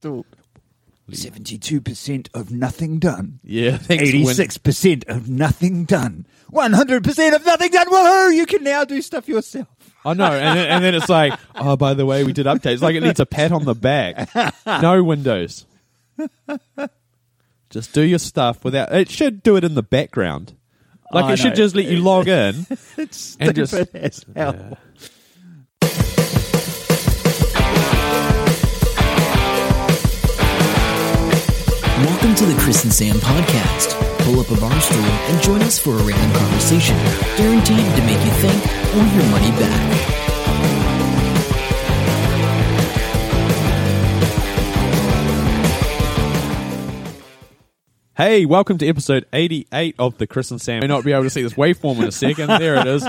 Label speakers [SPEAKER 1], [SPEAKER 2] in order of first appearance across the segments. [SPEAKER 1] thought.
[SPEAKER 2] Seventy-two percent of nothing done.
[SPEAKER 1] Yeah, thanks, Win.
[SPEAKER 2] Eighty-six percent of nothing done. One hundred percent of nothing done. Woohoo! You can now do stuff yourself.
[SPEAKER 1] I know, and then, and then it's like, oh, by the way, we did updates. Like it needs a pat on the back. No Windows. Just do your stuff without. It should do it in the background. Like
[SPEAKER 2] I
[SPEAKER 1] it should
[SPEAKER 2] know.
[SPEAKER 1] just let you log in.
[SPEAKER 2] It's
[SPEAKER 1] And
[SPEAKER 2] stupid as
[SPEAKER 1] just-
[SPEAKER 2] hell.
[SPEAKER 3] Welcome to the Chris and Sam podcast. Pull up a bar stool and join us for a random conversation, guaranteed to make you think or your money back.
[SPEAKER 1] Hey, welcome to episode 88 of the Chris and Sam. May not be able to see this waveform in a second. There it is.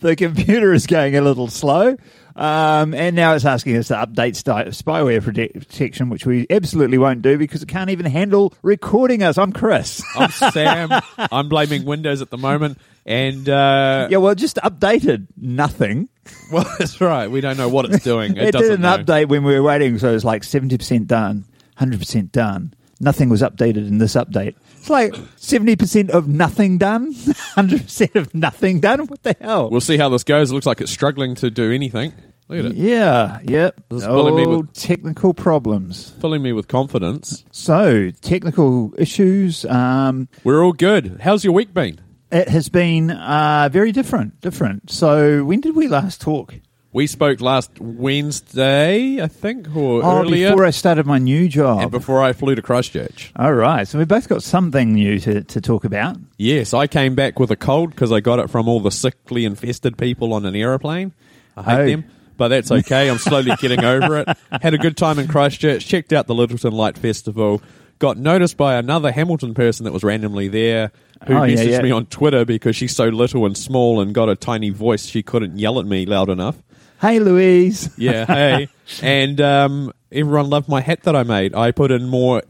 [SPEAKER 2] The computer is going a little slow, um, and now it's asking us to update sti- spyware prote- protection, which we absolutely won't do because it can't even handle recording us. I'm Chris.
[SPEAKER 1] I'm Sam. I'm blaming Windows at the moment, and uh,
[SPEAKER 2] yeah, well, just updated nothing.
[SPEAKER 1] well, that's right. We don't know what it's doing. It,
[SPEAKER 2] It, did
[SPEAKER 1] doesn't
[SPEAKER 2] an
[SPEAKER 1] know.
[SPEAKER 2] update when we were waiting, so it was like seventy percent done, hundred percent done. Nothing was updated in this update. It's like seventy percent of nothing done, hundred percent of nothing done. What the hell?
[SPEAKER 1] We'll see how this goes. It looks like it's struggling to do anything. Look at it,
[SPEAKER 2] yeah, yep.
[SPEAKER 1] This is filling me
[SPEAKER 2] Oh,
[SPEAKER 1] with-
[SPEAKER 2] technical problems.
[SPEAKER 1] filling me with confidence.
[SPEAKER 2] So, technical issues. Um,
[SPEAKER 1] We're all good. How's your week been?
[SPEAKER 2] it has been uh, very different. Different. So, when did we last talk?
[SPEAKER 1] We spoke last Wednesday, I think, or
[SPEAKER 2] Oh,
[SPEAKER 1] earlier,
[SPEAKER 2] before I started my new
[SPEAKER 1] and
[SPEAKER 2] job.
[SPEAKER 1] before I flew to Christchurch.
[SPEAKER 2] All right. So, we both got something new to, to talk about.
[SPEAKER 1] Yes, I came back with a cold because I got it from all the sickly infested people on an aeroplane. I hate
[SPEAKER 2] Oh.
[SPEAKER 1] them, but that's okay. I'm slowly getting over it. Had a good time in Christchurch, checked out the Littleton Light Festival, got noticed by another Hamilton person that was randomly there who
[SPEAKER 2] Oh, yeah,
[SPEAKER 1] messaged
[SPEAKER 2] yeah.
[SPEAKER 1] me on Twitter because she's so little and small and got a tiny voice she couldn't yell at me loud enough.
[SPEAKER 2] Hey, Louise.
[SPEAKER 1] Yeah, hey. and um, everyone loved my hat that I made. I put in more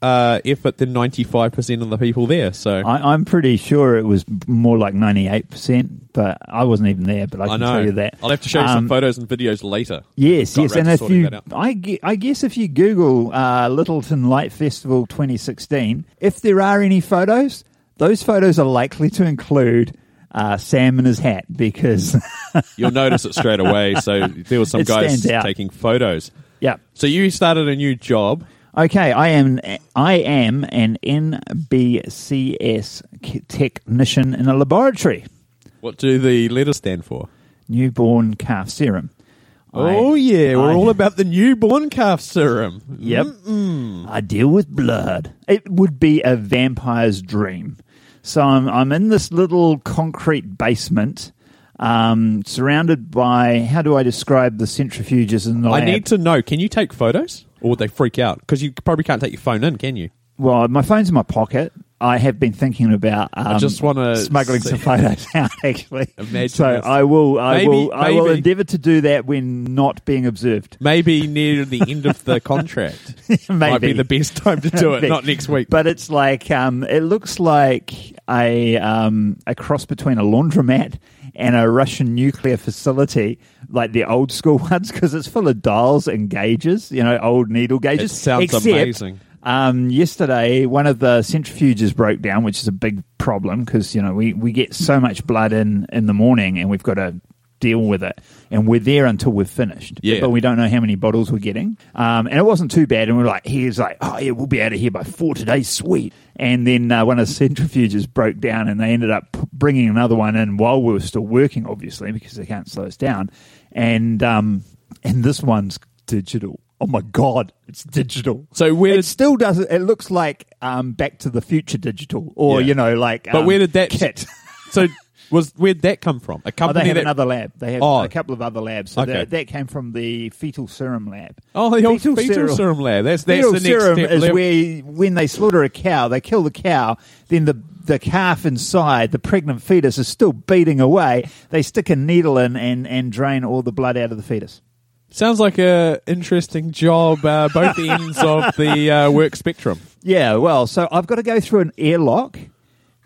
[SPEAKER 1] uh, effort than 95% of the people there, so...
[SPEAKER 2] I, I'm pretty sure it was more like 98%, but I wasn't even there, but I
[SPEAKER 1] I
[SPEAKER 2] can
[SPEAKER 1] know.
[SPEAKER 2] tell you that.
[SPEAKER 1] I'll have to show you some
[SPEAKER 2] Um,
[SPEAKER 1] photos and videos later.
[SPEAKER 2] Yes,
[SPEAKER 1] Got
[SPEAKER 2] yes,
[SPEAKER 1] around
[SPEAKER 2] and
[SPEAKER 1] to
[SPEAKER 2] if
[SPEAKER 1] sorting
[SPEAKER 2] you,
[SPEAKER 1] that out.
[SPEAKER 2] I, gue- I guess if you Google uh, Littleton Light Festival 2016, if there are any photos, those photos are likely to include uh, Sam in his hat because,
[SPEAKER 1] you'll notice it straight away. So there was some
[SPEAKER 2] It
[SPEAKER 1] guys
[SPEAKER 2] stands out.
[SPEAKER 1] taking photos.
[SPEAKER 2] yeah.
[SPEAKER 1] So you started a new job.
[SPEAKER 2] Okay, I am I am an NBCS c- technician in a laboratory,
[SPEAKER 1] What do the letters stand for?
[SPEAKER 2] newborn calf serum.
[SPEAKER 1] oh yeah, we're
[SPEAKER 2] I-
[SPEAKER 1] all about the newborn calf serum.
[SPEAKER 2] Yep. I deal with blood. It would be a vampire's dream. So I'm, I'm in this little concrete basement, um, surrounded by how do I describe the centrifuges in the
[SPEAKER 1] I
[SPEAKER 2] lab?
[SPEAKER 1] need to know. Can you take photos, or would they freak out? Because you probably can't take your phone in, can you?
[SPEAKER 2] well, my phone's in my pocket. I have been thinking about. Um,
[SPEAKER 1] just wanna
[SPEAKER 2] smuggling
[SPEAKER 1] see-
[SPEAKER 2] some photos out. Actually,
[SPEAKER 1] Imagine
[SPEAKER 2] so
[SPEAKER 1] this.
[SPEAKER 2] I will. I
[SPEAKER 1] Maybe-
[SPEAKER 2] will. I will
[SPEAKER 1] maybe.
[SPEAKER 2] endeavour to do that when not being observed.
[SPEAKER 1] Maybe near the end of the contract might be
[SPEAKER 2] Maybe.
[SPEAKER 1] the best time to do it.
[SPEAKER 2] Vic.
[SPEAKER 1] Not next week.
[SPEAKER 2] But it's like um, it looks like a um, a cross between a laundromat and a Russian nuclear facility, like the old school ones, because it's full of dials and gauges. You know, old needle gauges.
[SPEAKER 1] It sounds
[SPEAKER 2] Except,
[SPEAKER 1] amazing.
[SPEAKER 2] Um, yesterday, one of the centrifuges broke down, which is a big problem because you know we, we get so much blood in in the morning, and we've got to deal with it, and we're there until we're finished.
[SPEAKER 1] Yeah.
[SPEAKER 2] but we don't know how many bottles we're getting. Um, and it wasn't too bad. And we are like, he's like, oh, yeah, we'll be out of here by four today, sweet. And then uh, one of the centrifuges broke down and they ended up p- bringing another one in while we were still working, obviously, because they can't slow us down. And, um, and this one's digital. Oh my God, it's digital.
[SPEAKER 1] So where
[SPEAKER 2] it
[SPEAKER 1] did-
[SPEAKER 2] still does it looks like um, Back to the Future digital, or
[SPEAKER 1] Yeah.
[SPEAKER 2] you know, like.
[SPEAKER 1] but
[SPEAKER 2] um,
[SPEAKER 1] where did that
[SPEAKER 2] kit?
[SPEAKER 1] So was where'd that come from?
[SPEAKER 2] Oh,
[SPEAKER 1] A
[SPEAKER 2] they
[SPEAKER 1] company
[SPEAKER 2] have
[SPEAKER 1] that
[SPEAKER 2] another lab. They have
[SPEAKER 1] Oh.
[SPEAKER 2] a couple of other labs. So
[SPEAKER 1] Okay.
[SPEAKER 2] that, that came from the fetal serum lab.
[SPEAKER 1] Oh, the old fetal, serum.
[SPEAKER 2] serum-
[SPEAKER 1] lab. That's that's
[SPEAKER 2] fetal
[SPEAKER 1] the next
[SPEAKER 2] serum
[SPEAKER 1] step.
[SPEAKER 2] is
[SPEAKER 1] Lem-
[SPEAKER 2] where when they slaughter a cow, they kill the cow. Then the the calf inside, the pregnant fetus, is still beating away. They stick a needle in and and drain all the blood out of the fetus.
[SPEAKER 1] Sounds like a interesting job. Uh, both ends of the uh, work spectrum.
[SPEAKER 2] Yeah, well, so I've got to go through an airlock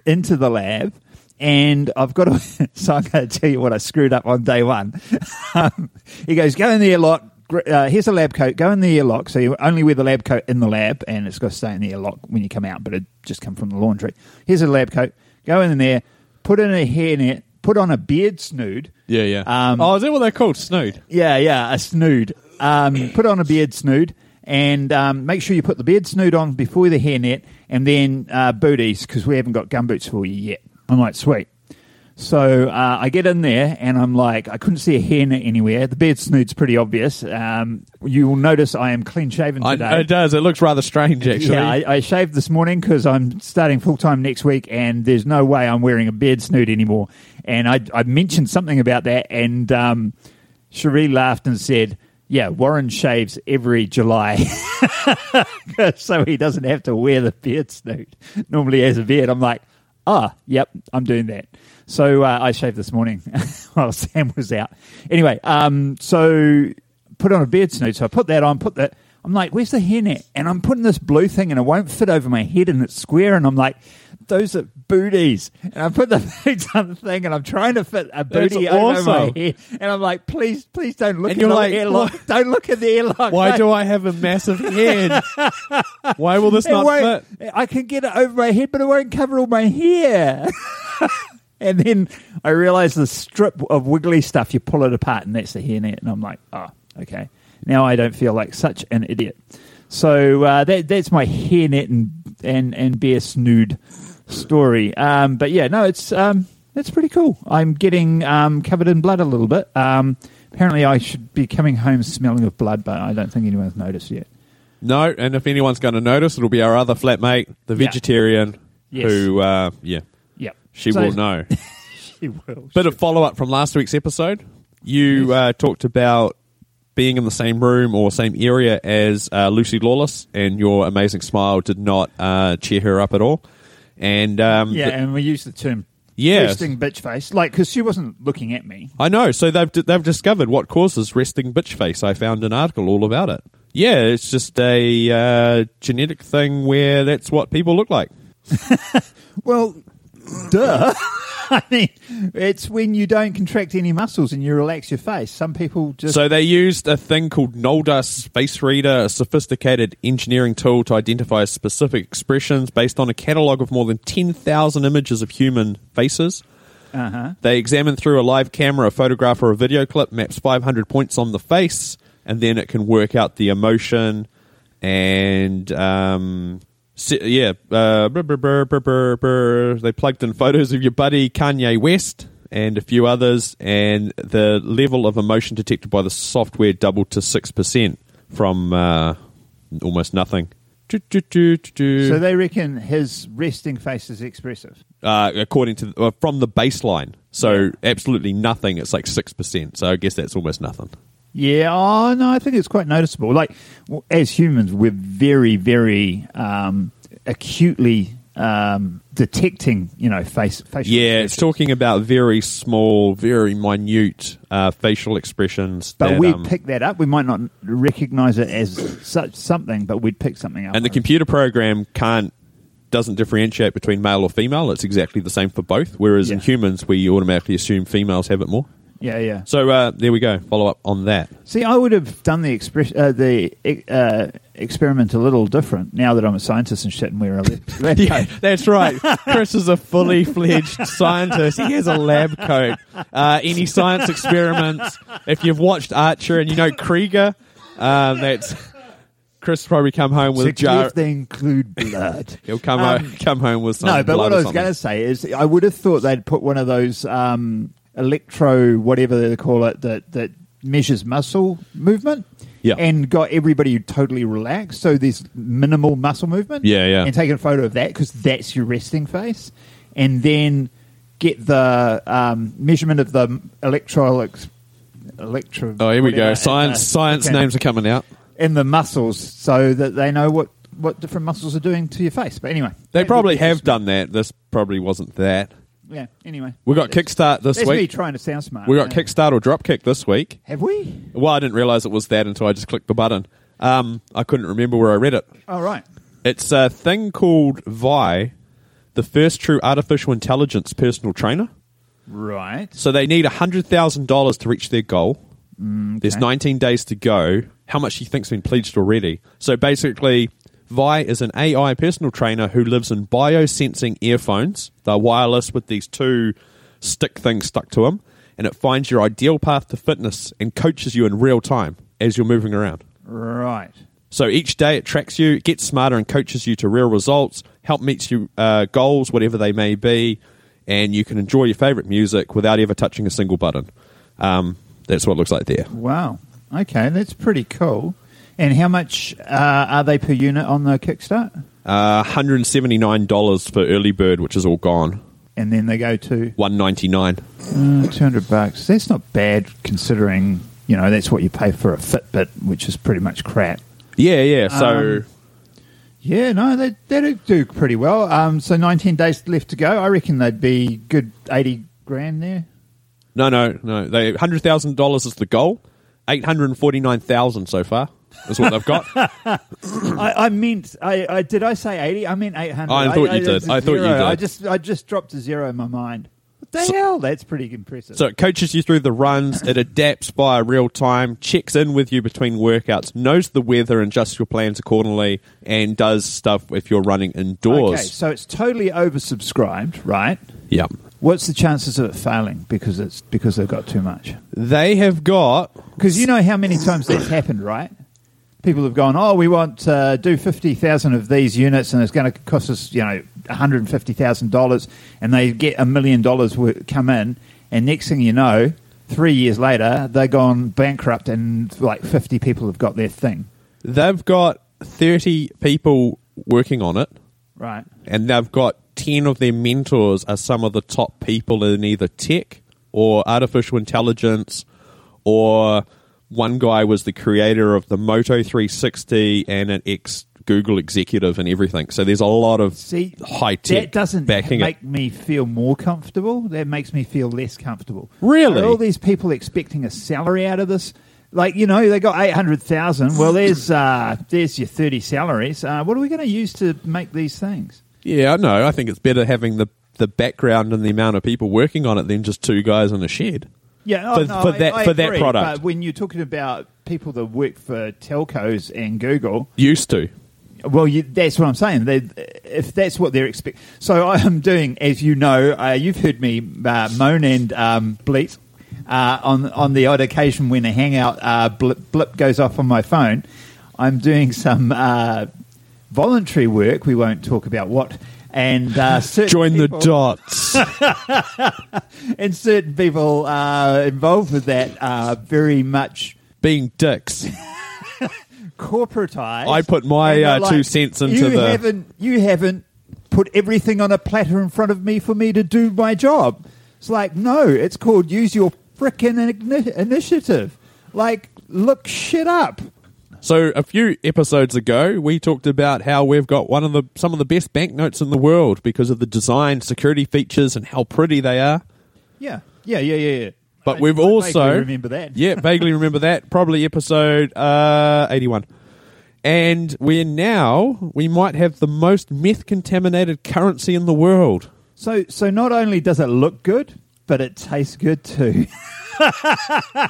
[SPEAKER 2] into the lab, and I've got to. so I'm going to tell you what I screwed up on day one. um, he goes, go in the airlock, gr- uh, here's a lab coat. Go in the airlock. So you only wear the lab coat in the lab, and it's got to stay in the airlock when you come out, but it just come from the laundry. Here's a lab coat. Go in there, put in a hairnet, put on a beard snood.
[SPEAKER 1] Yeah, yeah.
[SPEAKER 2] Um,
[SPEAKER 1] oh, is that what they're called? Snood.
[SPEAKER 2] Yeah, yeah, a snood. Um, put on a beard snood and um, make sure you put the beard snood on before the hairnet and then uh, booties because we haven't got gum boots for you yet. I'm like, sweet. So uh, I get in there and I'm like, I couldn't see a hairnet anywhere. The beard snood's pretty obvious. Um, you will notice I am clean shaven
[SPEAKER 1] I,
[SPEAKER 2] today.
[SPEAKER 1] it does. It looks rather strange, actually.
[SPEAKER 2] Yeah, I, I shaved this morning because I'm starting full time next week, and there's no way I'm wearing a beard snoot anymore. And I, I mentioned something about that, and um, Cherie laughed and said, "Yeah, Warren shaves every July, so he doesn't have to wear the beard snoot. Normally, he has a beard." I'm like, "Ah, yep, I'm doing that." So uh, I shaved this morning while Sam was out. Anyway, um, so put on a beard snoot. So I put that on, put that. I'm like, where's the hairnet? And I'm putting this blue thing and it won't fit over my head and it's square. And I'm like, those are booties. And I put the things on the thing and I'm trying to fit a
[SPEAKER 1] That's
[SPEAKER 2] booty over my
[SPEAKER 1] awesome.
[SPEAKER 2] head. And I'm like, please, please don't look
[SPEAKER 1] And
[SPEAKER 2] at
[SPEAKER 1] you're
[SPEAKER 2] the
[SPEAKER 1] like,
[SPEAKER 2] airlock. Don't look at the airlock.
[SPEAKER 1] Why
[SPEAKER 2] Like,
[SPEAKER 1] do I have a massive head? Why will this
[SPEAKER 2] it
[SPEAKER 1] not
[SPEAKER 2] won't-
[SPEAKER 1] fit?
[SPEAKER 2] I can get it over my head, but it won't cover all my hair. and then I realize the strip of wiggly stuff, you pull it apart, and that's the hairnet. And I'm like, oh, okay. Now I don't feel like such an idiot. So uh, that that's my hairnet and and and bare snood story. Um, but yeah, no, it's um, it's pretty cool. I'm getting um, covered in blood a little bit. Um, apparently, I should be coming home smelling of blood, but I don't think anyone's noticed yet.
[SPEAKER 1] No, and if anyone's going to notice, it'll be our other flatmate, the
[SPEAKER 2] Yeah.
[SPEAKER 1] vegetarian,
[SPEAKER 2] Yes.
[SPEAKER 1] who, uh, yeah,
[SPEAKER 2] Yep,
[SPEAKER 1] she
[SPEAKER 2] So-
[SPEAKER 1] will know.
[SPEAKER 2] She will.
[SPEAKER 1] Bit of follow up from last week's episode. You uh, talked about being in the same room or same area as uh, Lucy Lawless, and your amazing smile did not uh, cheer her up at all. And um,
[SPEAKER 2] Yeah,
[SPEAKER 1] th-
[SPEAKER 2] and we use the term
[SPEAKER 1] Yes.
[SPEAKER 2] resting bitch face, like because she wasn't looking at me.
[SPEAKER 1] I know. So they've they've discovered what causes resting bitch face. I found an article all about it. Yeah, it's just a uh, genetic thing where that's what people look like.
[SPEAKER 2] Well, duh. I mean, it's when you don't contract any muscles and you relax your face. Some people just
[SPEAKER 1] So they used a thing called Nolda Space Reader, a sophisticated engineering tool to identify specific expressions based on a catalog of more than 10,000 images of human faces. Uh-huh. They examine through a live camera, a photograph, or a video clip, maps 500 points on the face, and then it can work out the emotion and. Um, se- yeah, uh, brr, brr, brr, brr, brr, brr. they plugged in photos of your buddy Kanye West and a few others, and the level of emotion detected by the software doubled to 6% from uh, almost nothing. Do, do, do, do, do.
[SPEAKER 2] so they reckon his resting face is expressive.
[SPEAKER 1] uh, according to uh, from the baseline. So absolutely nothing. It's like six percent. So I guess that's almost nothing.
[SPEAKER 2] Yeah, oh no, I think it's quite noticeable. Like w- as humans, we're very, very um, acutely um, detecting, you know, face facial.
[SPEAKER 1] Yeah, it's
[SPEAKER 2] expressions.
[SPEAKER 1] talking about very small, very minute uh, facial expressions.
[SPEAKER 2] But
[SPEAKER 1] that,
[SPEAKER 2] we
[SPEAKER 1] um,
[SPEAKER 2] pick that up. We might not recognize it as such something, but we'd pick something up.
[SPEAKER 1] and the
[SPEAKER 2] on it.
[SPEAKER 1] computer program can't doesn't differentiate between male or female. It's exactly the same for both. Whereas in
[SPEAKER 2] Yeah.
[SPEAKER 1] humans, we automatically assume females have it more.
[SPEAKER 2] Yeah, yeah.
[SPEAKER 1] So uh, there we go. Follow up on that.
[SPEAKER 2] See, I would have done the express uh, the uh, experiment a little different now that I'm a scientist and shit and we're a lab, lab
[SPEAKER 1] Yeah,
[SPEAKER 2] coat.
[SPEAKER 1] that's right. Chris is a fully fledged scientist. He has a lab coat. Uh, any science experiments? If you've watched Archer and you know Krieger, uh, that's Chris probably come home with
[SPEAKER 2] So
[SPEAKER 1] a jar.
[SPEAKER 2] if they include blood.
[SPEAKER 1] He'll come
[SPEAKER 2] Um,
[SPEAKER 1] home, come home with some.
[SPEAKER 2] No, but
[SPEAKER 1] blood
[SPEAKER 2] what
[SPEAKER 1] or
[SPEAKER 2] I was
[SPEAKER 1] something.
[SPEAKER 2] going to say is I would have thought they'd put one of those um, electro, whatever they call it, that, that measures muscle movement.
[SPEAKER 1] Yeah.
[SPEAKER 2] And got everybody totally relaxed. So there's minimal muscle movement.
[SPEAKER 1] Yeah, yeah.
[SPEAKER 2] And taken a photo of that because that's your resting face. And then get the um, measurement of the electrolytes. Electro.
[SPEAKER 1] Oh, here we
[SPEAKER 2] whatever,
[SPEAKER 1] go. Science,
[SPEAKER 2] uh,
[SPEAKER 1] science
[SPEAKER 2] okay
[SPEAKER 1] names are coming out.
[SPEAKER 2] in the muscles so that they know what, what different muscles are doing to your face. But anyway,
[SPEAKER 1] They
[SPEAKER 2] that
[SPEAKER 1] probably
[SPEAKER 2] would be-
[SPEAKER 1] have done that. This probably wasn't that.
[SPEAKER 2] Yeah. Anyway,
[SPEAKER 1] We got
[SPEAKER 2] That's-
[SPEAKER 1] Kickstart this
[SPEAKER 2] That's me
[SPEAKER 1] week.
[SPEAKER 2] trying to sound smart.
[SPEAKER 1] We got
[SPEAKER 2] Yeah.
[SPEAKER 1] Kickstart or Dropkick this week.
[SPEAKER 2] Have we?
[SPEAKER 1] Well, I didn't realize it was that until I just clicked the button. Um, I couldn't remember where I read it.
[SPEAKER 2] All Oh, right.
[SPEAKER 1] It's a thing called Vi, the first true artificial intelligence personal trainer.
[SPEAKER 2] Right.
[SPEAKER 1] So they need $100,000 to reach their goal. There's 19 days to go. How much he thinks been pledged already? So basically, Vi is an AI personal trainer who lives in biosensing earphones. They're wireless with these two stick things stuck to them, and it finds your ideal path to fitness and coaches you in real time as you're moving around.
[SPEAKER 2] Right.
[SPEAKER 1] So each day it tracks you, it gets smarter and coaches you to real results, help meets you uh, goals, whatever they may be, and you can enjoy your favorite music without ever touching a single button. Um, that's what it looks like there.
[SPEAKER 2] Wow. Okay, that's pretty cool. And how much uh, are they per unit on the Kickstart?
[SPEAKER 1] Uh, $179 for early bird, which is all gone.
[SPEAKER 2] And then they go to
[SPEAKER 1] 199
[SPEAKER 2] uh, two hundred bucks. That's not bad considering you know that's what you pay for a Fitbit, which is pretty much crap.
[SPEAKER 1] Yeah, yeah. So
[SPEAKER 2] Um, Yeah, no, they that'd do pretty well. Um, so nineteen days left to go. I reckon they'd be good eighty grand there.
[SPEAKER 1] no, no, no. They hundred thousand dollars is the goal. Eight hundred forty nine thousand so far is what they've got. I
[SPEAKER 2] I, I meant, I, I did I say eighty? I meant eight hundred.
[SPEAKER 1] I thought you did. I thought you did.
[SPEAKER 2] I just I just dropped a zero in my mind. What the
[SPEAKER 1] So-
[SPEAKER 2] hell? That's pretty impressive.
[SPEAKER 1] So it coaches you through the runs, it adapts via real time, checks in with you between workouts, knows the weather, and adjusts your plans accordingly, and does stuff if you're running indoors.
[SPEAKER 2] okay, so it's totally oversubscribed, right?
[SPEAKER 1] yeah.
[SPEAKER 2] What's the chances of it failing because it's because they've got too much?
[SPEAKER 1] They have got
[SPEAKER 2] Because you know how many times that's happened, right? People have gone, oh, we want uh, do fifty thousand of these units, and it's going to cost us, you know, one hundred and fifty thousand dollars, and they get a million dollars wo- come in, and next thing you know, three years later, they've gone bankrupt, and like fifty people have got their thing,
[SPEAKER 1] they've got thirty people working on it,
[SPEAKER 2] right?
[SPEAKER 1] and they've got ten of their mentors are some of the top people in either tech or artificial intelligence, or one guy was the creator of the Moto 360 and an ex Google executive and everything. So there's a lot of
[SPEAKER 2] See,
[SPEAKER 1] high tech
[SPEAKER 2] That doesn't
[SPEAKER 1] backing
[SPEAKER 2] make
[SPEAKER 1] it.
[SPEAKER 2] me feel more comfortable. That makes me feel less comfortable.
[SPEAKER 1] Really?
[SPEAKER 2] Are all these people expecting a salary out of this? Like you know, they got eight hundred thousand. Well, there's uh, there's your thirty salaries. Uh, what are we going to use to make these things?
[SPEAKER 1] Yeah, no, I think it's better having the the background and the amount of people working on it than just two guys in a shed.
[SPEAKER 2] Yeah,
[SPEAKER 1] for,
[SPEAKER 2] oh, no,
[SPEAKER 1] for
[SPEAKER 2] I-
[SPEAKER 1] that
[SPEAKER 2] I
[SPEAKER 1] for that
[SPEAKER 2] agree,
[SPEAKER 1] product
[SPEAKER 2] But when you're talking about people that work for telcos and Google,
[SPEAKER 1] used to.
[SPEAKER 2] Well, you, that's what I'm saying. They, if that's what they're expect, so I am doing, as you know, uh, you've heard me uh, moan and um, bleat uh, on on the odd occasion when a hangout uh, blip, blip goes off on my phone. I'm doing some uh, voluntary work. We won't talk about what. And uh, certain
[SPEAKER 1] Join the
[SPEAKER 2] people-
[SPEAKER 1] dots.
[SPEAKER 2] and certain people uh, involved with that are very much
[SPEAKER 1] Being dicks.
[SPEAKER 2] corporatized.
[SPEAKER 1] I put my,
[SPEAKER 2] And they're
[SPEAKER 1] uh, two cents into
[SPEAKER 2] you
[SPEAKER 1] the-
[SPEAKER 2] Haven't, you haven't put everything on a platter in front of me for me to do my job. It's like, no, it's called use your frickin' igni- initiative. Like, look shit up.
[SPEAKER 1] So a few episodes ago, we talked about how we've got one of the some of the best banknotes in the world because of the design, security features, and how pretty they are.
[SPEAKER 2] Yeah, yeah, yeah, yeah. yeah.
[SPEAKER 1] But
[SPEAKER 2] I- I
[SPEAKER 1] we've
[SPEAKER 2] vaguely
[SPEAKER 1] also
[SPEAKER 2] remember that.
[SPEAKER 1] yeah, vaguely remember that. Probably episode uh, eighty-one. And we're now we might have the most meth-contaminated currency in the world.
[SPEAKER 2] So, so not only does it look good, but it tastes good too.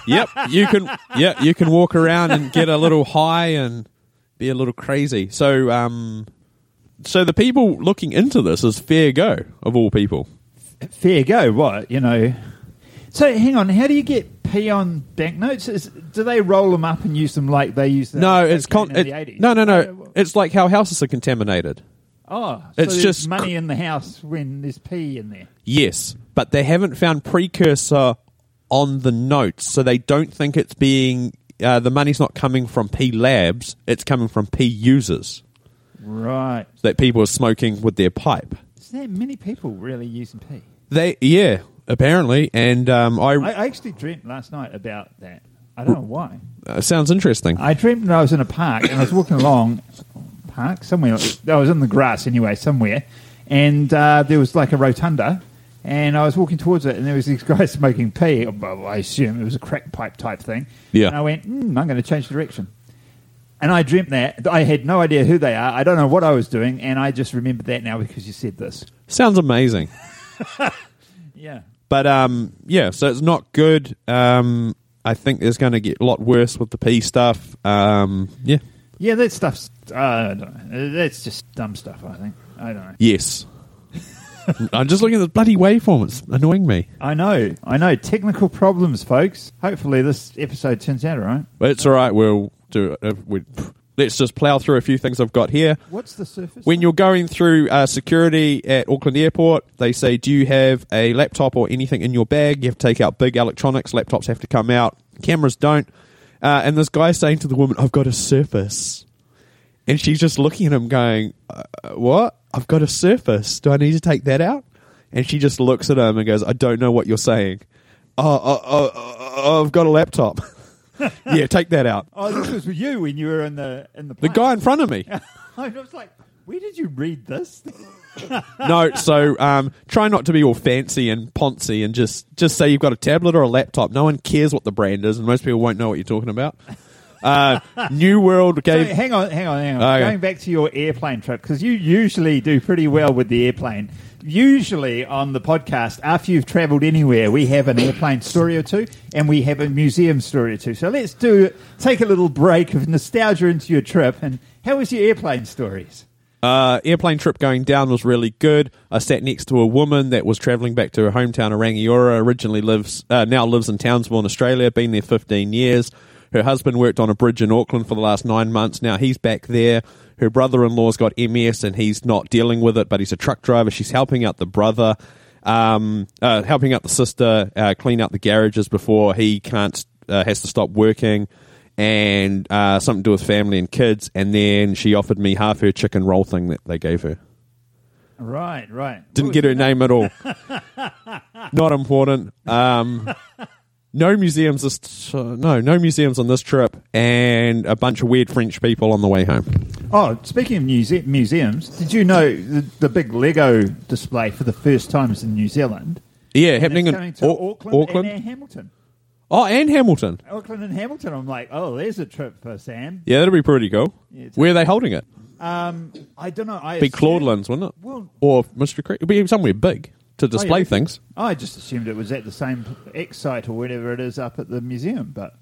[SPEAKER 1] Yep, you can. Yeah, you can walk around and get a little high and be a little crazy. So, um, so the people looking into this is fair go of all people.
[SPEAKER 2] Fair go. What you know. So hang on, how do you get pee on banknotes? Is, do they roll them up and use them like they used? them
[SPEAKER 1] No, it's con-
[SPEAKER 2] in the
[SPEAKER 1] it-
[SPEAKER 2] 80s?
[SPEAKER 1] no, no,
[SPEAKER 2] Okay,
[SPEAKER 1] no.
[SPEAKER 2] well-
[SPEAKER 1] It's like how houses are contaminated.
[SPEAKER 2] Oh, so
[SPEAKER 1] It's
[SPEAKER 2] there's
[SPEAKER 1] just
[SPEAKER 2] money
[SPEAKER 1] cr-
[SPEAKER 2] in the house when there's pee in there.
[SPEAKER 1] Yes, but they haven't found precursor on the notes, so they don't think it's being uh, the money's not coming from P labs. It's coming from P users
[SPEAKER 2] Right.
[SPEAKER 1] that people are smoking with their pipe.
[SPEAKER 2] Is there many people really using pee?
[SPEAKER 1] They yeah, apparently, and um,
[SPEAKER 2] I,
[SPEAKER 1] I
[SPEAKER 2] I actually dreamt last night about that. I don't know why.
[SPEAKER 1] uh, sounds interesting.
[SPEAKER 2] I dreamt that I was in a park and I was walking along park somewhere. I was in the grass anyway, somewhere, and uh, there was like a rotunda, and I was walking towards it, and there was these guys smoking pee. Well, I assume it was a crack pipe type thing.
[SPEAKER 1] Yeah.
[SPEAKER 2] And I went, mm, I'm going to change direction. And I dreamt that I had no idea who they are. I don't know what I was doing, and I just remembered that now because you said this.
[SPEAKER 1] Sounds amazing.
[SPEAKER 2] Yeah.
[SPEAKER 1] But um, yeah, so it's not good. Um, I think there's going to get a lot worse with the P stuff. Um, yeah.
[SPEAKER 2] Yeah, that stuff's. Uh, I don't know. That's just dumb stuff, I think. I don't know.
[SPEAKER 1] Yes. I'm just looking at the bloody waveform. It's annoying me.
[SPEAKER 2] I know. I know. Technical problems, folks. Hopefully, this episode turns out all right.
[SPEAKER 1] But it's all right. We'll do it. Uh, We, let's just plow through a few things I've got here.
[SPEAKER 2] What's the surface?
[SPEAKER 1] When you're going through uh, security at Auckland Airport, they say, Do you have a laptop or anything in your bag? You have to take out big electronics. Laptops have to come out, cameras don't. Uh, and this guy's saying to the woman, I've got a surface. And she's just looking at him, going, uh, What? I've got a surface. Do I need to take that out? And she just looks at him and goes, I don't know what you're saying. Oh, oh, oh, oh, oh, I've got a laptop. yeah, take that out.
[SPEAKER 2] oh, this was with you when you were in the in the.
[SPEAKER 1] The
[SPEAKER 2] plane.
[SPEAKER 1] guy in front of me.
[SPEAKER 2] I was like, where did you read this?
[SPEAKER 1] no, so um, try not to be all fancy and poncy and just, just say you've got a tablet or a laptop. No one cares what the brand is, and most people won't know what you're talking about. Uh, New World
[SPEAKER 2] So,
[SPEAKER 1] gave.
[SPEAKER 2] hang on, hang on, hang on.
[SPEAKER 1] Okay.
[SPEAKER 2] Going back to your airplane trip, because you usually do pretty well with the airplane. Usually on the podcast, after you've travelled anywhere, we have an airplane story or two, and we have a museum story or two. So let's do take a little break of nostalgia into your trip. And how was your airplane stories?
[SPEAKER 1] Uh, airplane trip going down was really good. I sat next to a woman that was travelling back to her hometown of Rangiora. Originally lives uh, now lives in Townsville, in Australia. Been there 15 years. Her husband worked on a bridge in Auckland for the last nine months. Now he's back there. Her brother-in-law's got MS and he's not dealing with it, but he's a truck driver. She's helping out the brother, um, uh, helping out the sister uh, clean out the garages before he can't uh, has to stop working and uh, something to do with family and kids. And then she offered me half her chicken roll thing that they gave her.
[SPEAKER 2] Right, right.
[SPEAKER 1] Didn't get her name at all. Not important. Um, no museums. This, uh, no, no museums on this trip, and a bunch of weird French people on the way home.
[SPEAKER 2] Oh, speaking of muse- museums, did you know the, the big Lego display for the first time is in New Zealand?
[SPEAKER 1] Yeah,
[SPEAKER 2] And
[SPEAKER 1] happening
[SPEAKER 2] it's
[SPEAKER 1] in
[SPEAKER 2] coming to
[SPEAKER 1] Au-
[SPEAKER 2] Auckland,
[SPEAKER 1] Auckland.
[SPEAKER 2] and uh, Hamilton.
[SPEAKER 1] oh, and Hamilton.
[SPEAKER 2] Auckland and Hamilton. I'm like, oh, there's a trip for Sam.
[SPEAKER 1] Yeah, that'd be pretty cool.
[SPEAKER 2] Yeah, it's-
[SPEAKER 1] Where are they holding it?
[SPEAKER 2] Um, I don't know. I
[SPEAKER 1] Be
[SPEAKER 2] assumed-
[SPEAKER 1] Claudelands, wouldn't it?
[SPEAKER 2] Well-
[SPEAKER 1] or Mystery Creek? It'd be somewhere big to
[SPEAKER 2] Oh, yeah.
[SPEAKER 1] display things.
[SPEAKER 2] I just assumed it was at the same X site or whatever it is up at the museum. But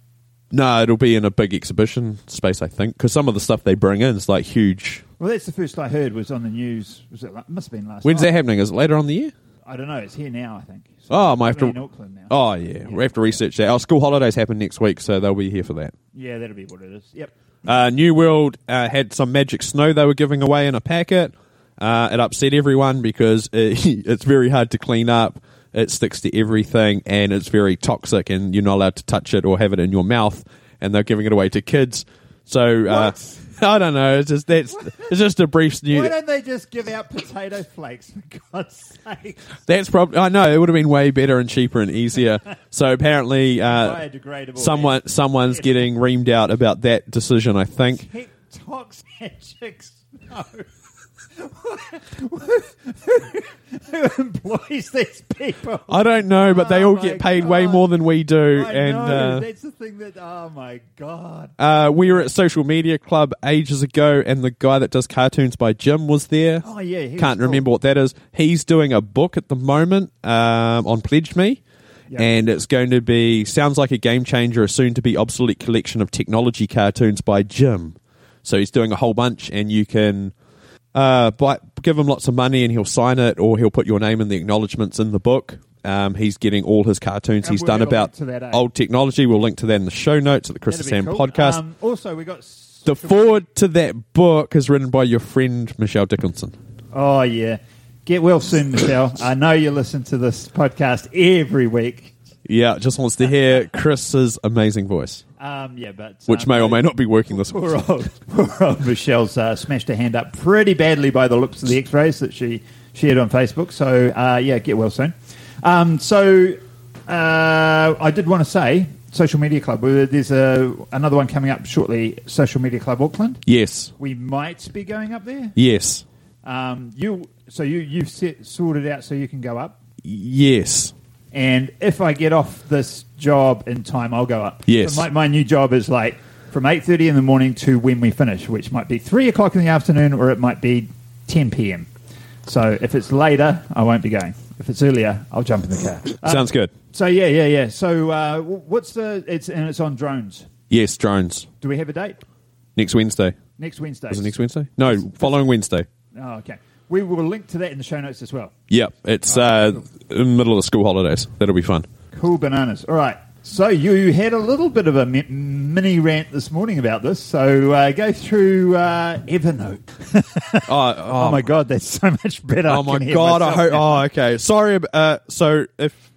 [SPEAKER 1] No, it'll be in a big exhibition space, I think, because some of the stuff they bring in is like huge.
[SPEAKER 2] well, that's the first I heard was on the news. Was it? la- Must have been last.
[SPEAKER 1] When's that
[SPEAKER 2] night.
[SPEAKER 1] happening? Is it later on the year?
[SPEAKER 2] I don't know. It's here now. I think. So
[SPEAKER 1] Oh, I
[SPEAKER 2] it's
[SPEAKER 1] might have to.
[SPEAKER 2] probably in Auckland now.
[SPEAKER 1] Oh, yeah. We have to research that. Our school holidays happen next week, so they'll be here for that.
[SPEAKER 2] Yeah, that'll be what it is. Yep.
[SPEAKER 1] Uh, New World uh, had some magic snow they were giving away in a packet. Uh, it upset everyone because it, it's very hard to clean up. It sticks to everything and it's very toxic, and you're not allowed to touch it or have it in your mouth. And they're giving it away to kids. So uh, I don't know. It's just that's it's just a brief
[SPEAKER 2] Why
[SPEAKER 1] news.
[SPEAKER 2] don't they just give out potato flakes for God's sake?
[SPEAKER 1] That's probably I know it would have been way better and cheaper and easier. so apparently, uh,
[SPEAKER 2] Biodegradable.
[SPEAKER 1] someone someone's getting reamed out about that decision. I think.
[SPEAKER 2] TikToks and chicks. No. Who employs these people?
[SPEAKER 1] I don't know, but they
[SPEAKER 2] Oh
[SPEAKER 1] all
[SPEAKER 2] my
[SPEAKER 1] get paid way
[SPEAKER 2] God.
[SPEAKER 1] more than we do.
[SPEAKER 2] I
[SPEAKER 1] and
[SPEAKER 2] know,
[SPEAKER 1] uh,
[SPEAKER 2] that's the thing that. Oh my god!
[SPEAKER 1] uh, we were at Social Media Club ages ago, and the guy that does cartoons by Jim was there.
[SPEAKER 2] Oh, yeah, he was
[SPEAKER 1] can't
[SPEAKER 2] cool.
[SPEAKER 1] remember what that is. He's doing a book at the moment um, on Pledge Me.
[SPEAKER 2] Yeah.
[SPEAKER 1] And it's going to be sounds like a game changer, a soon to be obsolete collection of technology cartoons by Jim. So he's doing a whole bunch, and you can uh, buy, give him lots of money, and he'll sign it, or he'll put your name in the acknowledgements in the book. Um, he's getting all his cartoons
[SPEAKER 2] And
[SPEAKER 1] he's
[SPEAKER 2] we'll
[SPEAKER 1] done
[SPEAKER 2] have a link
[SPEAKER 1] about
[SPEAKER 2] to that, eh?
[SPEAKER 1] old technology. We'll link to that in the show notes at the Chris
[SPEAKER 2] That'd
[SPEAKER 1] and
[SPEAKER 2] be
[SPEAKER 1] Sam
[SPEAKER 2] cool.
[SPEAKER 1] podcast.
[SPEAKER 2] Um, also, we got s-
[SPEAKER 1] The forward to that book is written by your friend Michelle Dickinson.
[SPEAKER 2] Oh yeah, get well soon, Michelle. I know you listen to this podcast every week.
[SPEAKER 1] Yeah, just wants to hear Chris's amazing voice,
[SPEAKER 2] Um, yeah, but
[SPEAKER 1] which
[SPEAKER 2] um,
[SPEAKER 1] may or may not be working this week.
[SPEAKER 2] Poor old, poor old Michelle's uh, smashed her hand up pretty badly by the looks of the X-rays that she shared on Facebook. So uh, yeah, get well soon. Um, so uh, I did want to say social media club. uh, There's a, another one coming up shortly. Social media club Auckland.
[SPEAKER 1] Yes,
[SPEAKER 2] We might be going up there.
[SPEAKER 1] yes,
[SPEAKER 2] Um, you so you you've set, sorted out so you can go up.
[SPEAKER 1] yes.
[SPEAKER 2] And if I get off this job in time, I'll go up.
[SPEAKER 1] Yes.
[SPEAKER 2] So my, my new job is like from eight thirty in the morning to when we finish, which might be three o'clock in the afternoon or it might be ten p.m. So if it's later, I won't be going. If it's earlier, I'll jump in the car. Uh,
[SPEAKER 1] Sounds good.
[SPEAKER 2] so yeah, yeah, yeah. So uh, w- what's the? It's and it's on drones.
[SPEAKER 1] Yes, drones.
[SPEAKER 2] Do we have a date?
[SPEAKER 1] Next Wednesday.
[SPEAKER 2] Next Wednesday.
[SPEAKER 1] Is it next Wednesday? No, following Wednesday.
[SPEAKER 2] Oh, okay. We will link to that in the show notes as well.
[SPEAKER 1] Yep, it's
[SPEAKER 2] Oh,
[SPEAKER 1] uh, in the middle of the school holidays. That'll be fun.
[SPEAKER 2] Cool bananas. All right. So you had a little bit of a mi- mini rant this morning about this. So uh, go through uh, Evernote.
[SPEAKER 1] Oh,
[SPEAKER 2] Oh, my god, that's so much better.
[SPEAKER 1] Oh
[SPEAKER 2] I
[SPEAKER 1] my
[SPEAKER 2] can hear
[SPEAKER 1] god! I
[SPEAKER 2] myself
[SPEAKER 1] hope.
[SPEAKER 2] now.
[SPEAKER 1] Oh, okay. Sorry. ab- Uh, so if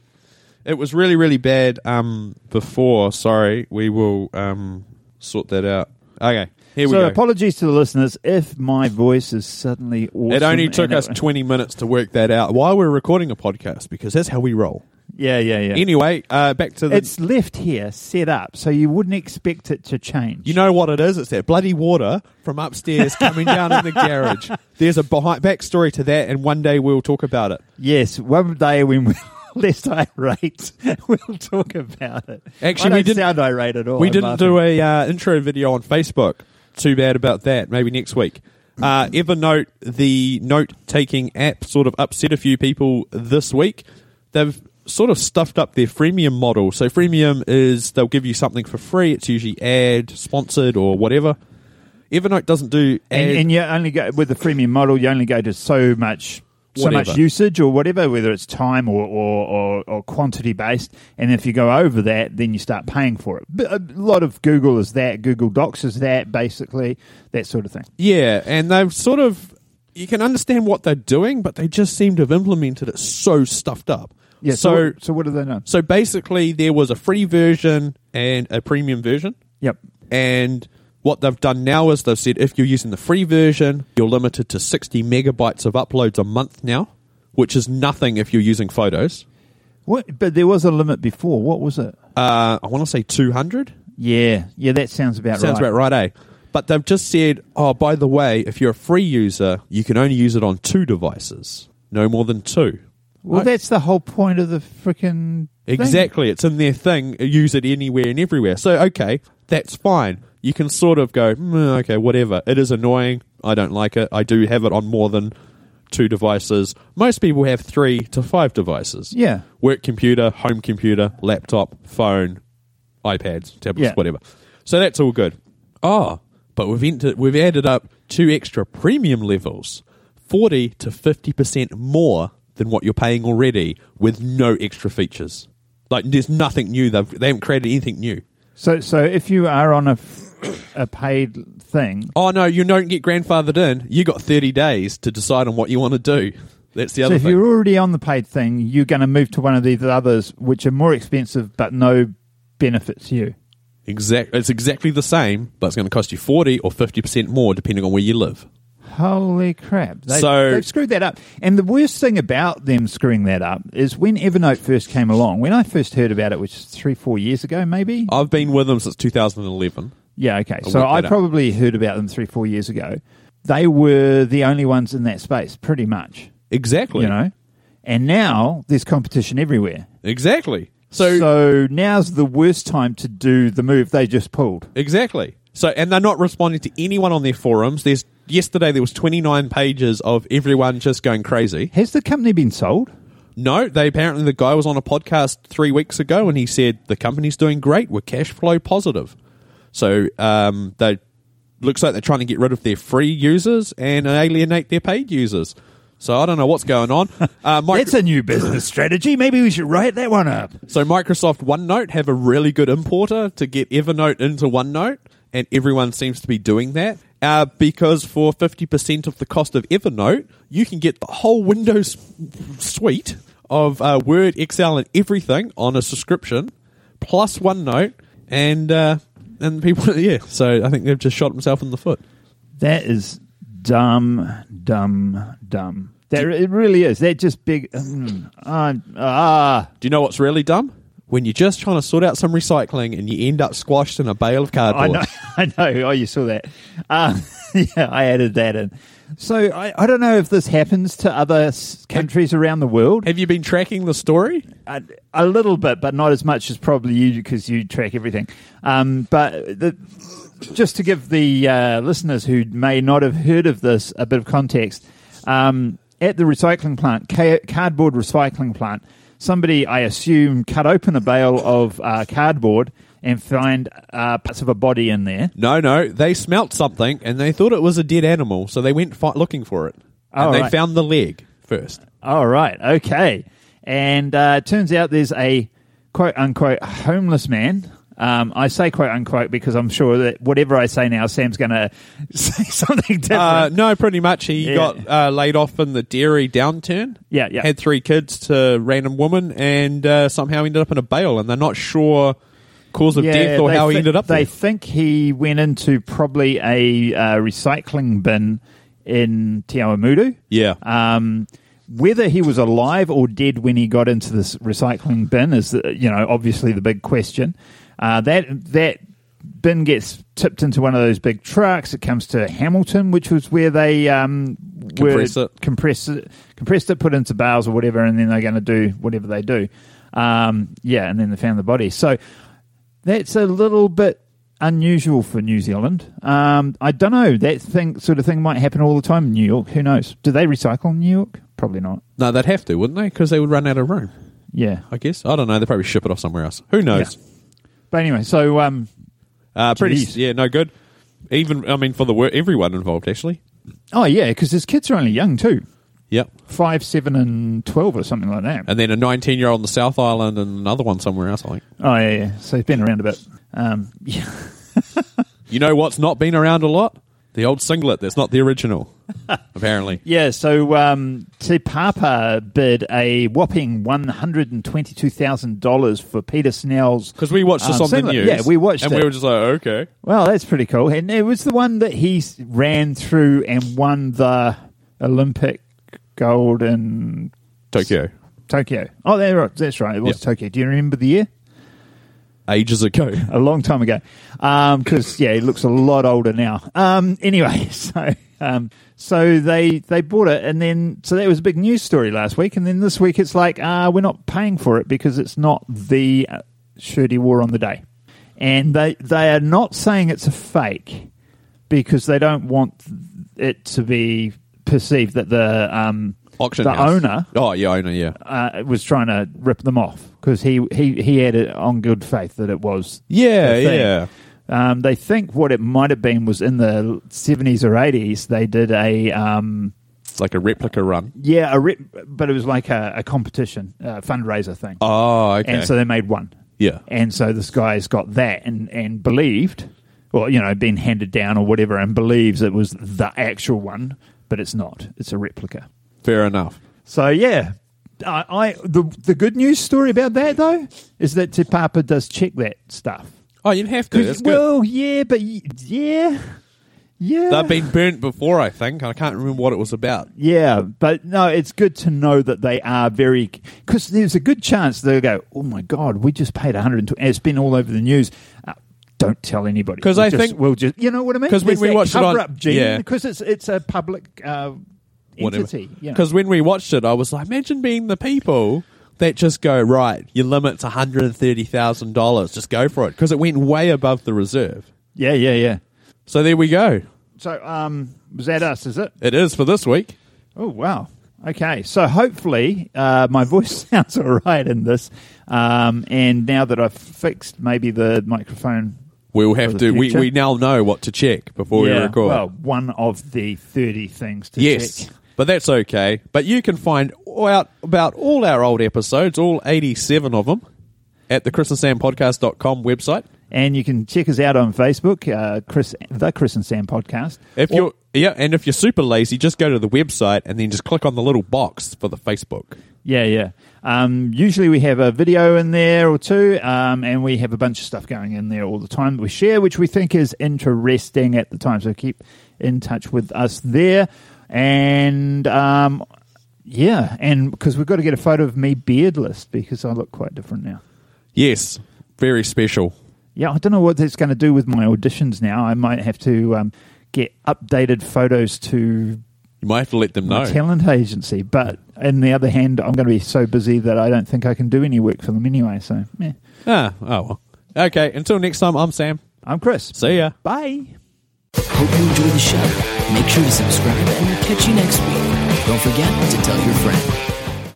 [SPEAKER 1] it was really, really bad um, before, sorry, we will um, sort that out. Okay, here
[SPEAKER 2] so
[SPEAKER 1] we go.
[SPEAKER 2] apologies to the listeners if my voice is suddenly awesome.
[SPEAKER 1] It only took
[SPEAKER 2] and
[SPEAKER 1] us
[SPEAKER 2] it-
[SPEAKER 1] twenty minutes to work that out while we we're recording a podcast because that's how we roll.
[SPEAKER 2] yeah, yeah, yeah.
[SPEAKER 1] Anyway, uh, back to the.
[SPEAKER 2] it's left here set up, so you wouldn't expect it to change.
[SPEAKER 1] you know what it is? It's that bloody water from upstairs coming down in the garage. There's a behind backstory to that, and one day we'll talk about it.
[SPEAKER 2] Yes, one day when we're less irate, we'll talk about it.
[SPEAKER 1] Actually,
[SPEAKER 2] I don't
[SPEAKER 1] we didn't-
[SPEAKER 2] sound irate at all.
[SPEAKER 1] We
[SPEAKER 2] I'm
[SPEAKER 1] didn't
[SPEAKER 2] laughing.
[SPEAKER 1] do a uh, intro video on Facebook. Too bad about that. Maybe next week. Uh, Evernote, the note taking app, sort of upset a few people this week. They've sort of stuffed up their freemium model. So freemium is they'll give you something for free. It's usually ad sponsored or whatever. Evernote doesn't do ad.
[SPEAKER 2] And, and you only go with the freemium model. You only go to so much, so
[SPEAKER 1] Whatever.
[SPEAKER 2] much usage or whatever, whether it's time or or, or, or quantity based. And if you go over that, then you start paying for it. But a lot of Google is that. Google Docs is that. Basically, that sort of thing.
[SPEAKER 1] Yeah, and they've sort of you can understand what they're doing, but they just seem to have implemented it so stuffed up.
[SPEAKER 2] Yeah. So
[SPEAKER 1] so
[SPEAKER 2] what- so what do they know?
[SPEAKER 1] So basically, there was a free version and a premium version.
[SPEAKER 2] Yep.
[SPEAKER 1] And what they've done now is they've said if you're using the free version, you're limited to 60 megabytes of uploads a month now, which is nothing if you're using photos.
[SPEAKER 2] What? But there was a limit before. What was it?
[SPEAKER 1] Uh, I want to say 200.
[SPEAKER 2] Yeah. Yeah. That sounds about
[SPEAKER 1] Sounds
[SPEAKER 2] right.
[SPEAKER 1] about right, eh? But they've just said, oh, by the way, if you're a free user, you can only use it on two devices, no more than two.
[SPEAKER 2] Well, that's the whole point of the freaking
[SPEAKER 1] Exactly. It's in their thing. Use it anywhere and everywhere. So, okay, that's fine. You can sort of go, mm, okay, whatever. It is annoying. I don't like it. I do have it on more than two devices. Most people have three to five devices.
[SPEAKER 2] Yeah.
[SPEAKER 1] Work computer, home computer, laptop, phone, iPads, tablets,
[SPEAKER 2] Yeah.
[SPEAKER 1] whatever. So that's all good. Ah, but we've entered, we've added up two extra premium levels, forty to fifty percent more than what you're paying already, with no extra features. Like there's nothing new. They've they haven't created anything new.
[SPEAKER 2] So, so if you are on a f- a paid thing,
[SPEAKER 1] Oh no, you don't get grandfathered in. You got thirty days to decide on what you want to do. That's the
[SPEAKER 2] so
[SPEAKER 1] other
[SPEAKER 2] if
[SPEAKER 1] thing.
[SPEAKER 2] you're already on the paid thing, you're going to move to one of these others, which are more expensive but no benefits to you.
[SPEAKER 1] Exact. It's exactly the same, but it's going to cost you forty or fifty percent more depending on where you live.
[SPEAKER 2] Holy crap! They,
[SPEAKER 1] So-
[SPEAKER 2] they've screwed that up. And the worst thing about them screwing that up is when Evernote first came along. When I first heard about it, which is three, four years ago, maybe.
[SPEAKER 1] I've been with them since 2011.
[SPEAKER 2] Yeah, okay.
[SPEAKER 1] I'll
[SPEAKER 2] so
[SPEAKER 1] look
[SPEAKER 2] I
[SPEAKER 1] that up.
[SPEAKER 2] probably heard about them three, four years ago. They were the only ones in that space, pretty much.
[SPEAKER 1] Exactly.
[SPEAKER 2] You know, and now there's competition everywhere.
[SPEAKER 1] Exactly. So,
[SPEAKER 2] So, now's the worst time to do the move they just pulled.
[SPEAKER 1] exactly. So and they're not responding to anyone on their forums. There's yesterday there was 29 pages of everyone just going crazy.
[SPEAKER 2] Has the company been sold?
[SPEAKER 1] No, they apparently the guy was on a podcast 3 weeks ago and he said the company's doing great. We're cash flow positive. So um they looks like they're trying to get rid of their free users and alienate their paid users. So I don't know what's going on. Uh, Micro-
[SPEAKER 2] That's a new business strategy. Maybe we should write that one up.
[SPEAKER 1] So Microsoft OneNote have a really good importer to get Evernote into OneNote, and everyone seems to be doing that. Uh, because for 50% of the cost of Evernote, you can get the whole Windows suite of uh, Word, Excel, and everything on a subscription, plus OneNote, and uh, and people, yeah. So I think they've just shot themselves in the foot.
[SPEAKER 2] That is dumb, dumb, dumb. That it really is. That just big. Mm, ah, ah.
[SPEAKER 1] Do you know what's really dumb? When you're just trying to sort out some recycling and you end up squashed in a bale of
[SPEAKER 2] I
[SPEAKER 1] cardboard.
[SPEAKER 2] know. I know. Oh, you saw that. Uh, yeah, I added that in. So I, I don't know if this happens to other s- countries around the world.
[SPEAKER 1] Have you been tracking the story?
[SPEAKER 2] a, a little bit, but not as much as probably you because you track everything. Um, but the, just to give the uh, listeners who may not have heard of this a bit of context, um, at the recycling plant, ca- cardboard recycling plant, somebody, I assume, cut open a bale of uh, cardboard and find uh, parts of a body in there.
[SPEAKER 1] No, no, they smelt something and they thought it was a dead animal, so they went fi- looking for it. And
[SPEAKER 2] Oh,
[SPEAKER 1] they
[SPEAKER 2] right.
[SPEAKER 1] found the leg first.
[SPEAKER 2] All right, okay. And uh, it turns out there's a quote unquote homeless man. Um, I say quote unquote because I'm sure that whatever I say now, Sam's going to say something different.
[SPEAKER 1] Uh, no, pretty much. He
[SPEAKER 2] Yeah.
[SPEAKER 1] got uh, laid off in the dairy downturn.
[SPEAKER 2] Yeah, yeah.
[SPEAKER 1] Had three kids to random woman, and uh, somehow ended up in a bail. And they're not sure cause of death or
[SPEAKER 2] they
[SPEAKER 1] how he
[SPEAKER 2] thi-
[SPEAKER 1] ended up
[SPEAKER 2] They
[SPEAKER 1] there.
[SPEAKER 2] think he went into probably a uh, recycling bin in Te Awamutu.
[SPEAKER 1] Yeah.
[SPEAKER 2] Um, whether he was alive or dead when he got into this recycling bin is, the, you know, obviously the big question. Uh, that that bin gets tipped into one of those big trucks. It comes to Hamilton, which was where they um, were-
[SPEAKER 1] Compress it.
[SPEAKER 2] compress it, compressed it, put it into bales or whatever, and then they're going to do whatever they do. Um, yeah, and then they found the body. So that's a little bit unusual for New Zealand. Um, I don't know. That thing sort of thing might happen all the time in New York. Who knows? Do they recycle in New York? Probably not.
[SPEAKER 1] no, they'd have to, wouldn't they? Because they would run out of room.
[SPEAKER 2] Yeah.
[SPEAKER 1] I guess. I don't know. They probably ship it off somewhere else. Who knows?
[SPEAKER 2] Yeah. But anyway, so um,
[SPEAKER 1] Uh, pretty.
[SPEAKER 2] Jeez.
[SPEAKER 1] Yeah. No good. Even I mean, for the wor- everyone involved, actually.
[SPEAKER 2] oh yeah, because his kids are only young too,
[SPEAKER 1] Yep.
[SPEAKER 2] five, seven, and twelve or something like that.
[SPEAKER 1] And then a 19 year old in the South Island and another one somewhere else. I think.
[SPEAKER 2] Oh yeah, yeah. So he's been around a bit. Um, yeah.
[SPEAKER 1] You know what's not been around a lot? The old singlet. That's not the original. apparently.
[SPEAKER 2] Yeah, so um, Te Papa bid a whopping one hundred and twenty-two thousand dollars for Peter Snell's
[SPEAKER 1] Because we watched this
[SPEAKER 2] um,
[SPEAKER 1] on the
[SPEAKER 2] singlet.
[SPEAKER 1] news.
[SPEAKER 2] Yeah, we watched
[SPEAKER 1] and
[SPEAKER 2] it.
[SPEAKER 1] we were just like, okay.
[SPEAKER 2] Well, that's pretty cool. And it was the one that he s- ran through and won the Olympic gold in
[SPEAKER 1] Tokyo.
[SPEAKER 2] Tokyo. Oh, there- that's right. It was
[SPEAKER 1] Yep.
[SPEAKER 2] Tokyo. Do you remember the year?
[SPEAKER 1] Ages ago.
[SPEAKER 2] A long time ago. Because, yeah, he looks a lot older now. Um, anyway, so. Um, so they they bought it, and then so that was a big news story last week, and then this week it's like, uh, we're not paying for it because it's not the uh, shirt he wore on the day, and they they are not saying it's a fake. because they don't want it to be perceived that the um,
[SPEAKER 1] Auction
[SPEAKER 2] the
[SPEAKER 1] house.
[SPEAKER 2] owner
[SPEAKER 1] Oh, yeah, owner, yeah.
[SPEAKER 2] uh, was trying to rip them off because he, he he had it on good faith that it was
[SPEAKER 1] Yeah,
[SPEAKER 2] the thing.
[SPEAKER 1] yeah.
[SPEAKER 2] Um, they think what it might have been was in the seventies or eighties. They did a um,
[SPEAKER 1] It's like a replica run.
[SPEAKER 2] yeah a rip, but it was like a, a competition uh, fundraiser thing,
[SPEAKER 1] Oh, okay.
[SPEAKER 2] and so they made one.
[SPEAKER 1] yeah.
[SPEAKER 2] And so this guy's got that and, and believed, or, you know, been handed down or whatever, and believes it was the actual one, but it's not. It's a replica.
[SPEAKER 1] Fair enough.
[SPEAKER 2] So, yeah. I, I the, the good news story about that, though, is that Te Papa does check that stuff.
[SPEAKER 1] Oh, you'd have to.
[SPEAKER 2] 'Cause-
[SPEAKER 1] That's good.
[SPEAKER 2] well, yeah, but y- yeah. Yeah.
[SPEAKER 1] They've been burnt before, I think. I can't remember what it was about.
[SPEAKER 2] Yeah, but no, it's good to know that they are very because there's a good chance they'll go. Oh my god, we just paid 120. and It's been all over the news. Uh, don't tell anybody
[SPEAKER 1] 'Cause
[SPEAKER 2] We'll
[SPEAKER 1] I
[SPEAKER 2] just-
[SPEAKER 1] think-
[SPEAKER 2] we'll just you know what I mean
[SPEAKER 1] 'cause when
[SPEAKER 2] There's
[SPEAKER 1] we
[SPEAKER 2] that
[SPEAKER 1] watched it on-
[SPEAKER 2] cover up, Gene,
[SPEAKER 1] yeah.
[SPEAKER 2] because it's it's a public uh, entity. you know.
[SPEAKER 1] Because when we watched it, I was like, imagine being the people that just go, right, your limit's $130,000. Just go for it. Because it went way above the reserve.
[SPEAKER 2] yeah, yeah, yeah.
[SPEAKER 1] So there we go.
[SPEAKER 2] So um, was that us? Is it?
[SPEAKER 1] It is for this week.
[SPEAKER 2] Oh wow. Okay, so hopefully uh, my voice sounds all right in this, um, and now that I've fixed maybe the microphone
[SPEAKER 1] We'll
[SPEAKER 2] For
[SPEAKER 1] have
[SPEAKER 2] the
[SPEAKER 1] to. We,
[SPEAKER 2] future.
[SPEAKER 1] we now know what to check before we record.
[SPEAKER 2] Well, one of the 30 things to
[SPEAKER 1] yes,
[SPEAKER 2] check.
[SPEAKER 1] but that's okay. But you can find all out about all our old episodes, all 87 of them, at the chrisandsampodcast.com website.
[SPEAKER 2] And you can check us out on Facebook, uh, Chris, the Chris and Sam podcast.
[SPEAKER 1] If
[SPEAKER 2] Or-
[SPEAKER 1] you're yeah, and if you're super lazy, just go to the website and then just click on the little box for the Facebook.
[SPEAKER 2] yeah, yeah. Um, usually we have a video in there or two, um, and we have a bunch of stuff going in there all the time that we share, which we think is interesting at the time. So keep in touch with us there. And um, yeah, and because we've got to get a photo of me beardless because I look quite different now.
[SPEAKER 1] Yes, very special.
[SPEAKER 2] Yeah, I don't know what that's going to do with my auditions now. I might have to um, get updated photos to
[SPEAKER 1] You might have to let them
[SPEAKER 2] my
[SPEAKER 1] know.
[SPEAKER 2] talent agency. But on the other hand, I'm going to be so busy that I don't think I can do any work for them anyway. So, yeah.
[SPEAKER 1] ah, oh well. Okay, until next time, I'm Sam.
[SPEAKER 2] I'm Chris.
[SPEAKER 1] See ya.
[SPEAKER 2] Bye.
[SPEAKER 3] Hope you enjoyed the show. Make sure to subscribe and we'll catch you next week. Don't forget to tell your friend.